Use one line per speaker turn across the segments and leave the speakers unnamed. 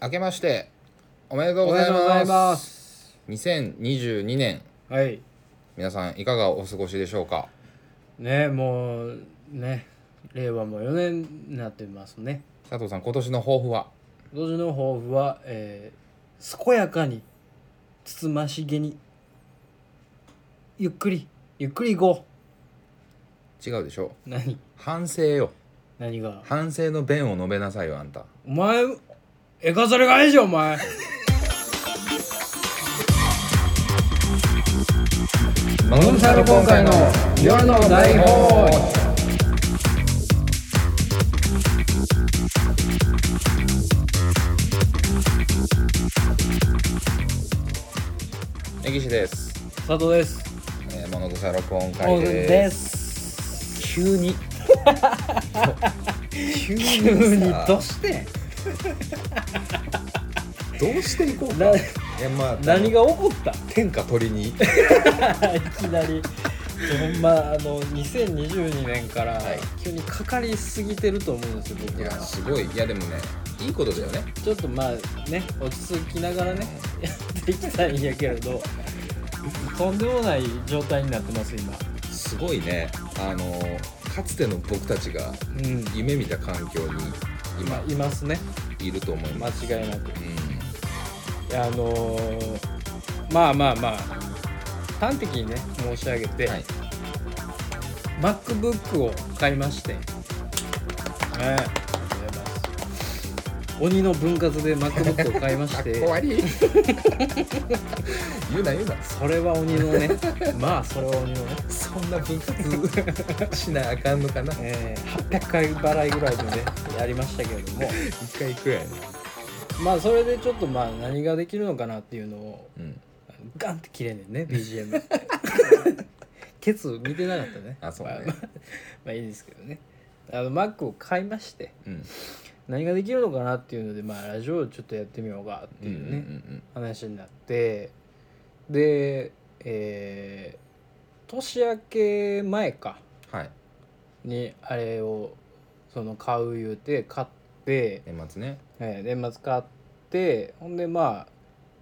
明けましておめでとうございます
おめでとうございます
2022年
はい
皆さんいかがお過ごしでしょうか
ねもうね令和も4年になってますね
佐藤さん今年の抱負は
今年の抱負は、えー健やかにつつましげにゆっくりゆっくり行こ
違うでしょう
う何
反省よ
何が
反省の弁を述べなさいよあんた
お前えかされがええじゃんお前
マグサル今回の夜の大放根岸です、
佐藤です
えー、モノグサ録音
大
会
津
です
です
急に 急に
急に
さ
どうして
どうしていこうか
ない
やまあ
何が起こった
天下取りに
いきなりほんまあの2022年から
はい
急にかかりすぎてると思うんですよ
い
僕
や
ら
すごいいやでもねいいことだよね
ちょっとまあね落ち着きながらねやっていきたいんやけれど とんでもない状態になってます今
すごいねあのかつての僕たちが
うん
夢見た環境に
まあ
今
いますね
いると思い
間
ます、
違いなく
うん、
いやあのーまあまあまあ端的にね申し上げて、
はい、
MacBook を買いまして、ね、ありがとうございます鬼の分割で MacBook を買い まして
わり言うな言うな
それは鬼のねまあそれは鬼のね、
そんな分割しなあかんのかな
えー800回払いぐらいでねやりましたけれども
一回いくやね
まあそれでちょっとまあ何ができるのかなっていうのを
うん
ガンって切れんねんね BGM ケツ見てなかったね
あそう
まあ
ね
まあまあいいですけどねあの Mac を買いまして
うん
何ができるのかなっていうのでまあラジオをちょっとやってみようかって
う
い
ん
うね、
うんうん
話になってでえー年明け前か
はい
にあれをその買う言うて買って、
年末ね
えー年末買ってほんでまあ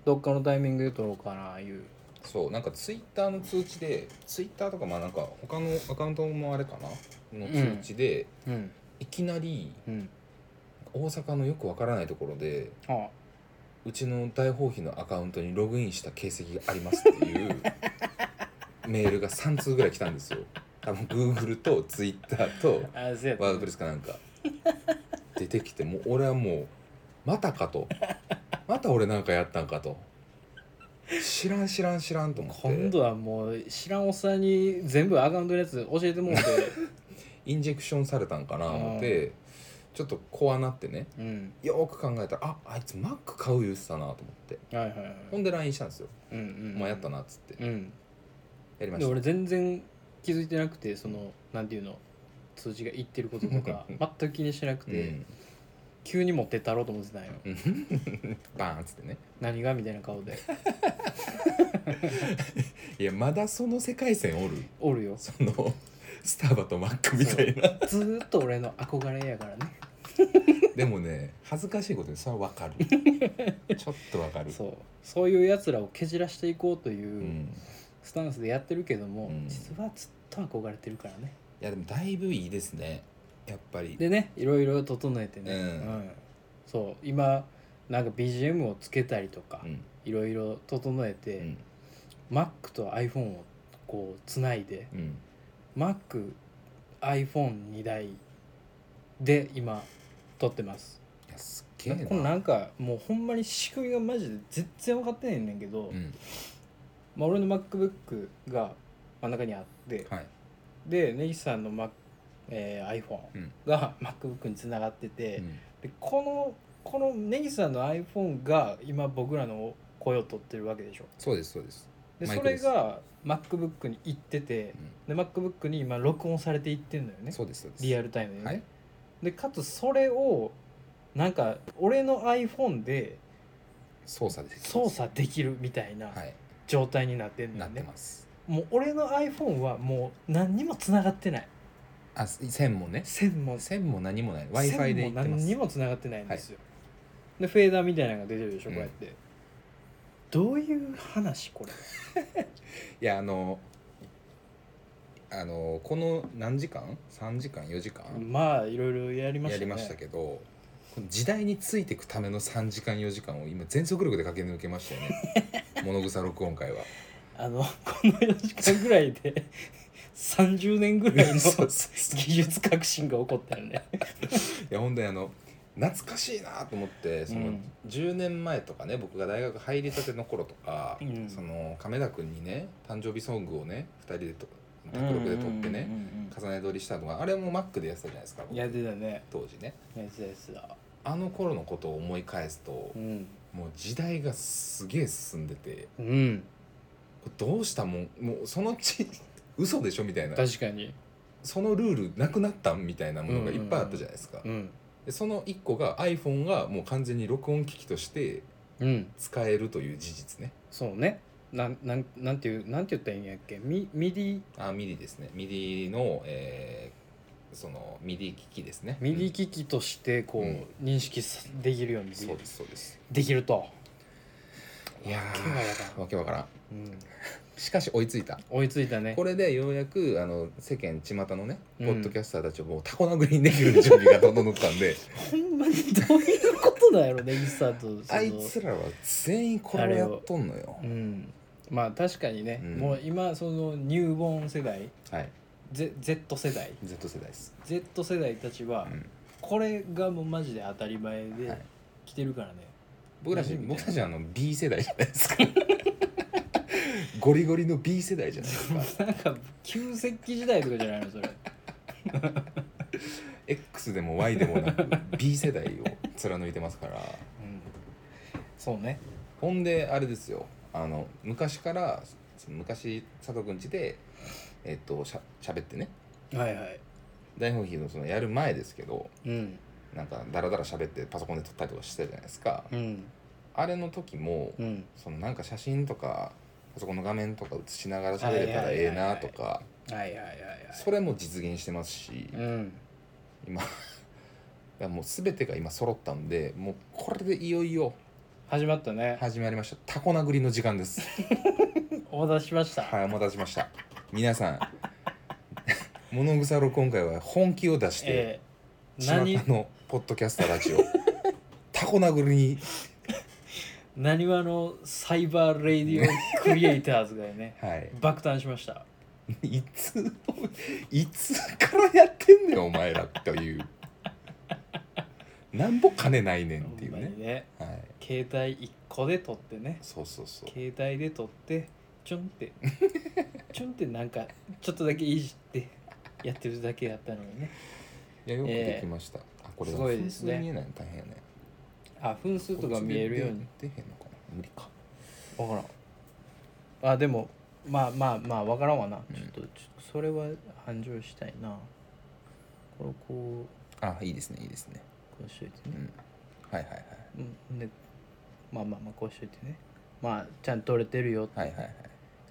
どっかのタイミングで撮ろうかないう
そうなんかツイッターの通知でツイッターとかまあなんか他のアカウントもあれかなの通知で、
うん
いきなり
うん
大阪のよくわからないところで
あ
うちの大放棄のアカウントにログインした形跡がありますっていうメールが3通ぐらい来たんですよ多分 Google と Twitter と
あそうやった
ワードプレスかなんか出てきてもう俺はもうまたかとまた俺なんかやったんかと知らん知らん知らんと思って
今度はもう知らんおっさんに全部アカウントのやつ教えて もらって、
インジェクションされたんかな思ってちょっと怖なってね
うん、
よーく考えたらああいつマック買う言ってたなと思って
はいはいはい
ほんで LINE したんですよ
うん
「お前やったな」っつって
うん、うん
やりま
で
した
俺全然気づいてなくてそのなんていうの通知が言ってること とか全く気にしてなくて、
うん
急に持ってったろうと思ってたんよ
バーンっつってね
何がみたいな顔で
いやまだその世界線おる
おるよ
その スタバとマックみたいな
ずーっと俺の憧れやからね
でもね恥ずかしいことにそれは分か るちょっと分かる
そうそういうやつらを蹴散らしていこうと
う
いうんスタンスでやってるけども、
うん
実はずっと憧れてるからね
いやでもだいぶいいですねやっぱり
でねいろいろ整えてね、
うん
そう今なんか BGM をつけたりとか、
うん
いろいろ整えて、
うん
Mac と iPhone をこうつないで
うん
MaciPhone2 台で今撮ってます
いやすっげえ
この
な
なんかもうほんまに仕組みがマジで全然分かってないんだけど、
うん
まあ、俺の MacBook が真ん中にあって
はい
で根岸さんの、Mac えー
うん
iPhone が MacBook につながってて、
うん
でこのこの根岸さんの iPhone が今僕らの声を取ってるわけでしょ
そうですそうです
で
マイ
そ
クで
れ
す
が MacBook に行っててで MacBook に今録音されていってるのよ
うん
ね
そうですそうです
リアルタイムでね、
はい
でかつそれをなんか俺の iPhone で
操作できます
操作できるみたいな
はい
状態になってんだ
な
よ
って
ね、
ます
もう俺の iPhone はもう何にもつながってない
あ線もね
線も
線も何もない w i f i で行
線も
ってま
何
す
にもつながってないんですよ、でフェーダーみたいなのが出てるでしょ
うん
こうやって、どういう話これ
いやあのあのこの何時間3時間4時間、
まあいろいろやりまし
や
たね
りましたけどこの時代についていくための3時間4時間を今全速力で駆け抜けましたよね 物草録音会は
あのこの4時間ぐらいで 30年ぐらい の
そうそうそ
技
う
術革新が起こったよね
いや本当にあの懐かしいなと思ってその、
うん
10年前とかね僕が大学入りたての頃とか、
うん
その亀田君にね誕生日ソングをね2人でと卓録で撮ってね、重ね撮りしたのがあれも Mac でやってたじゃないですか僕
やってたね
当時ね
やってたやつだ
あの頃のことを思い返すと、
うん
もう時代がすげえ進んでて
うん
これどうしたもんもうそのうち 嘘でしょみたいな
確かに
そのルールなくなったんみたいなものがいっぱいあったじゃないですか、
うん
でその1個が iPhone がもう完全に録音機器として
うん
使えるという事実ね
そうねなんなんなんていうなんて言ったらいいんやっけミミディ
あミディですねミディの、えーそのミディ機器ですね
ミディ機器としてこう、
うん
認識さできるように
うんそうですそうです
できると、
いや
けわからん
ーわけわからん
うん、
しかし追いついた
追いついたね
これでようやくあの世間巷のね
う
ポ
ん
ッドキャスターたちをもうタコ殴りにできる準備がどんどん乗ったんで
ほんまにどういうことだやろねイーサーとその
あいつらは全員これをやっとんのよ
うんまあ確かにね、
うん
もう今そのニューボーン世代
はい
Z, Z 世代
Z 世代です、
Z 世代たちは
うん
これがもうマジで当たり前
は
で
い
来てるからね、
僕ら
馴染みみ
僕
たい
た
な
ちはあの B 世代じゃないですか ゴリゴリの B 世代じゃないですか
なんか旧石器時代とかじゃないのそれ
X でも Y でもなく B 世代を貫いてますから
うんそうね
ほんであれですよあの昔からその昔佐藤くん家でえっとしゃ喋ってね
はいはい
大本営のそのやる前ですけど
うん
なんかダラダラ喋ってパソコンで撮ったりとかしてたじゃないですか
うん
あれの時も
うん
そのなんか写真とかパソコンの画面とか映しながら喋れたらええなとか
はいはいはいはい
それも実現してますし
うん
今 だからもう全てが今揃ったんでもうこれでいよいよ
始まったね、
始まりましたタコ殴りの時間です
お待たせしました、
はいお待たせしました皆さん物草録今回は本気を出して、
えー何
巷のポッドキャスターたちをタコ殴りに、
なにわのサイバーレディオクリエイターズがね
はい、
爆誕しました
いついつからやってんねんお前らというなんぼ金ないねんっていう
ほんま
ね
にね
はい
携帯1個で撮ってね
そうそうそう
携帯で撮ってちょんって ちょんってなんかちょっとだけいじってやってるだけやったのにね
いやよくできました、あこれ
すごいですね
普通に見えないの大変やね
あ分数とか見えるように
出へんのかな無理か
分からんあでもまあまあまあ分からんわなちょっと、ちょっとそれは繁盛したいなこれをこう
あいいですねいいですね
こうしといて
う
ね、
んはいはいはい
うん、でまあまあまあこうしといてねまあちゃんと撮れてるよって
はいはいはい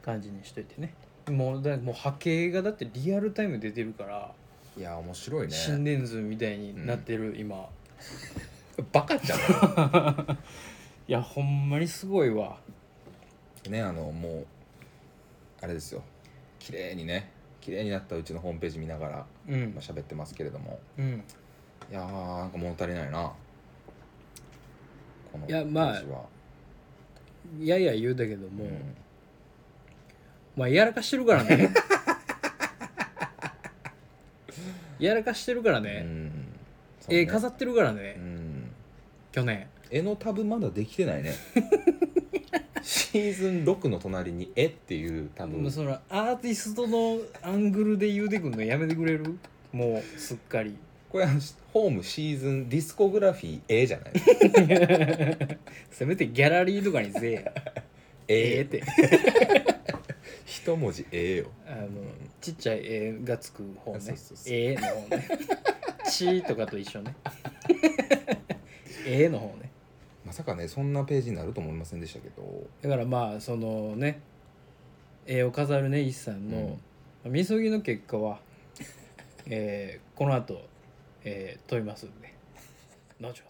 感じにしといてねもうだもう波形がだってリアルタイムで出てるから
いや面白いね
心電図みたいになってる、今
バカじゃ
いやほんまにすごいわ
んねあのもうあれですよ綺麗にね綺麗になったうちのホームページ見ながら
うん
今、喋ってますけれども
うん、
いやーなんか物足りないなこの
いやまあ
ページは、
いやいや言うだけども、
うん
まあやらかしてるからね やらかしてるから
う
ね、
んそうね
絵飾ってるからね、
うん
去年
絵のタブまだできてない ねシーズン6の隣に「絵」っていうタブ
もうそのアーティストのアングルで言うてくんのやめてくれるもうすっかり
これはホームシーズンディスコグラフィー「絵」じゃ ない
せめてギャラリーとかに せえやええ
絵
って
一文字「絵」よ
あのちっちゃい「え」がつく方
そう
ね
そう
「
そう
え」の方 ね「ち」とかと一緒ね「え」の方ね
まさかねそんなページになると思いませんでしたけど
だからまあそのね絵を飾るね一さんのみそぎの結果 は、えーこの後、えー問いますんで後ほど。